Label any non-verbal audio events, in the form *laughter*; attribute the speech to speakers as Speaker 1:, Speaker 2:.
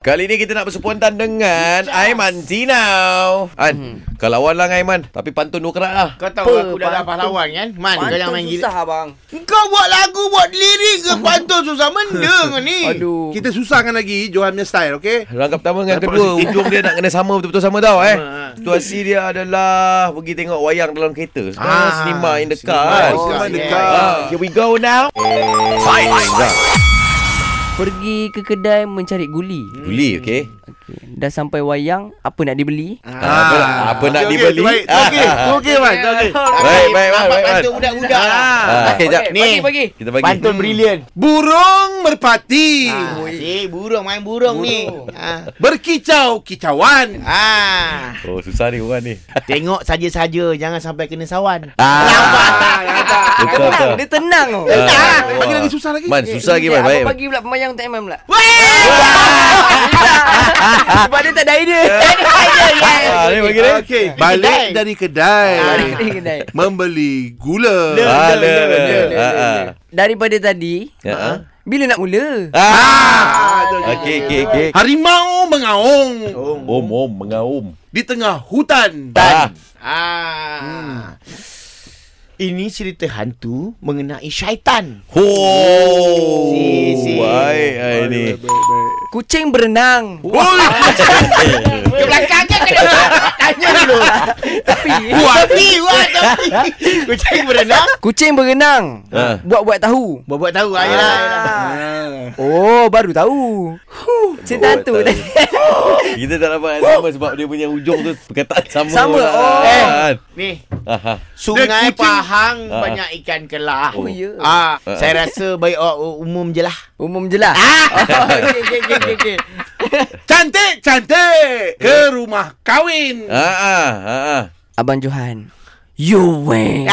Speaker 1: Kali ni kita nak bersepuantan dengan Aiman Tinau. An, hmm. kau lawan lah dengan Aiman. Tapi pantun dua kerat lah.
Speaker 2: Kau tahu
Speaker 3: Apa,
Speaker 2: aku dah lah
Speaker 3: pantun?
Speaker 2: pahlawan kan? Man, kau jangan main gila.
Speaker 3: susah abang.
Speaker 2: Kau buat lagu, buat lirik
Speaker 3: *laughs*
Speaker 2: ke pantun susah benda ke ni?
Speaker 3: Aduh.
Speaker 4: Kita susahkan lagi Johan punya style okay?
Speaker 1: Rangkap pertama dengan
Speaker 4: Dapat
Speaker 1: kedua. Ujung dia nak kena sama, betul-betul sama tau eh.
Speaker 2: Sama, ha.
Speaker 1: Situasi dia adalah pergi tengok wayang dalam kereta. Sekarang
Speaker 4: Ah,
Speaker 1: cinema in the
Speaker 4: cinema
Speaker 1: car.
Speaker 4: in the
Speaker 1: Oh,
Speaker 4: car.
Speaker 1: Ah, here we go now. Fight.
Speaker 3: Pergi ke kedai mencari guli.
Speaker 1: Guli, okay.
Speaker 3: Dah sampai wayang, apa nak dibeli?
Speaker 1: Ah, apa, apa nak Ah.
Speaker 4: Okey, okey,
Speaker 1: dibeli?
Speaker 4: tu baik, tu okey, tu okey man, tu okey.
Speaker 1: Baik, baik, baik,
Speaker 2: Nampak
Speaker 1: baik,
Speaker 2: pantun
Speaker 1: baik.
Speaker 2: budak-budak lah.
Speaker 1: Ah, okay, jap.
Speaker 3: Okey,
Speaker 2: Ni.
Speaker 3: Bagi, bagi.
Speaker 1: Kita bagi. Hmm.
Speaker 2: Pantun brilliant.
Speaker 4: Burung merpati
Speaker 2: Ah, eh, burung main burung ni. Ah.
Speaker 4: berkicau kicauan.
Speaker 2: Ah.
Speaker 1: Oh, susah ni orang ni.
Speaker 2: Tengok saja-saja jangan sampai kena sawan.
Speaker 1: Ah.
Speaker 3: Ah,
Speaker 1: Betul,
Speaker 3: tenang,
Speaker 1: betul.
Speaker 3: dia tenang tau.
Speaker 1: Ah,
Speaker 4: Dah,
Speaker 1: wah.
Speaker 4: bagi lagi susah lagi.
Speaker 1: Man, Ah. susah lagi man.
Speaker 3: Abang
Speaker 1: Baik.
Speaker 3: bagi pula pemayang tak Aiman pula. Sebab dia tak ada idea.
Speaker 1: Ah, ni bagi dia.
Speaker 4: Okey,
Speaker 2: Kedai.
Speaker 4: balik dari
Speaker 3: Balik dari
Speaker 4: kedai.
Speaker 3: Ah, kedai.
Speaker 4: Membeli gula.
Speaker 2: Le.
Speaker 1: Ah,
Speaker 2: Dia, dia,
Speaker 1: dia,
Speaker 2: dia,
Speaker 1: dia.
Speaker 2: dia,
Speaker 1: Ah, ah.
Speaker 3: Daripada tadi,
Speaker 1: Ya, ah.
Speaker 3: bila nak mula?
Speaker 1: Ah. Okey okey okey.
Speaker 4: Harimau mengaung
Speaker 1: Om om mengaum.
Speaker 4: di tengah hutan.
Speaker 1: Ah.
Speaker 2: Ah.
Speaker 3: Hmm.
Speaker 2: Ini cerita hantu mengenai syaitan.
Speaker 1: Ho.
Speaker 2: Si, si.
Speaker 1: Baik ah, ini.
Speaker 3: Kucing berenang.
Speaker 4: Oi,
Speaker 2: Ke belakang kan kena tanya dulu.
Speaker 3: Tapi
Speaker 2: Tapi, wah, tapi. Kucing berenang.
Speaker 3: kucing berenang.
Speaker 1: Ah.
Speaker 3: Buat-buat tahu.
Speaker 2: Buat-buat tahu lah. Ayolah, ayolah.
Speaker 3: Oh, baru tahu. Cerita tu
Speaker 1: tahu.
Speaker 3: tadi.
Speaker 1: Kita tak dapat sama sebab dia punya ujung tu perkataan sama.
Speaker 3: Sama,
Speaker 1: lah.
Speaker 3: oh.
Speaker 1: Kan?
Speaker 2: Ni,
Speaker 1: Ah, ah.
Speaker 2: Sungai
Speaker 4: Dia kucing.
Speaker 2: Pahang
Speaker 1: Ah.
Speaker 2: banyak ikan kelah.
Speaker 3: *laughs* Oh, ya.
Speaker 2: Ah,
Speaker 1: Ah.
Speaker 2: saya rasa baik orang umum je lah.
Speaker 3: Umum je lah.
Speaker 2: *laughs* Okey, okey, okey, okey, okey.
Speaker 4: cantik cantik ke rumah kahwin.
Speaker 1: Eh. Ah ah ah ah.
Speaker 2: Ah.
Speaker 3: Ah. Abang Johan. You win.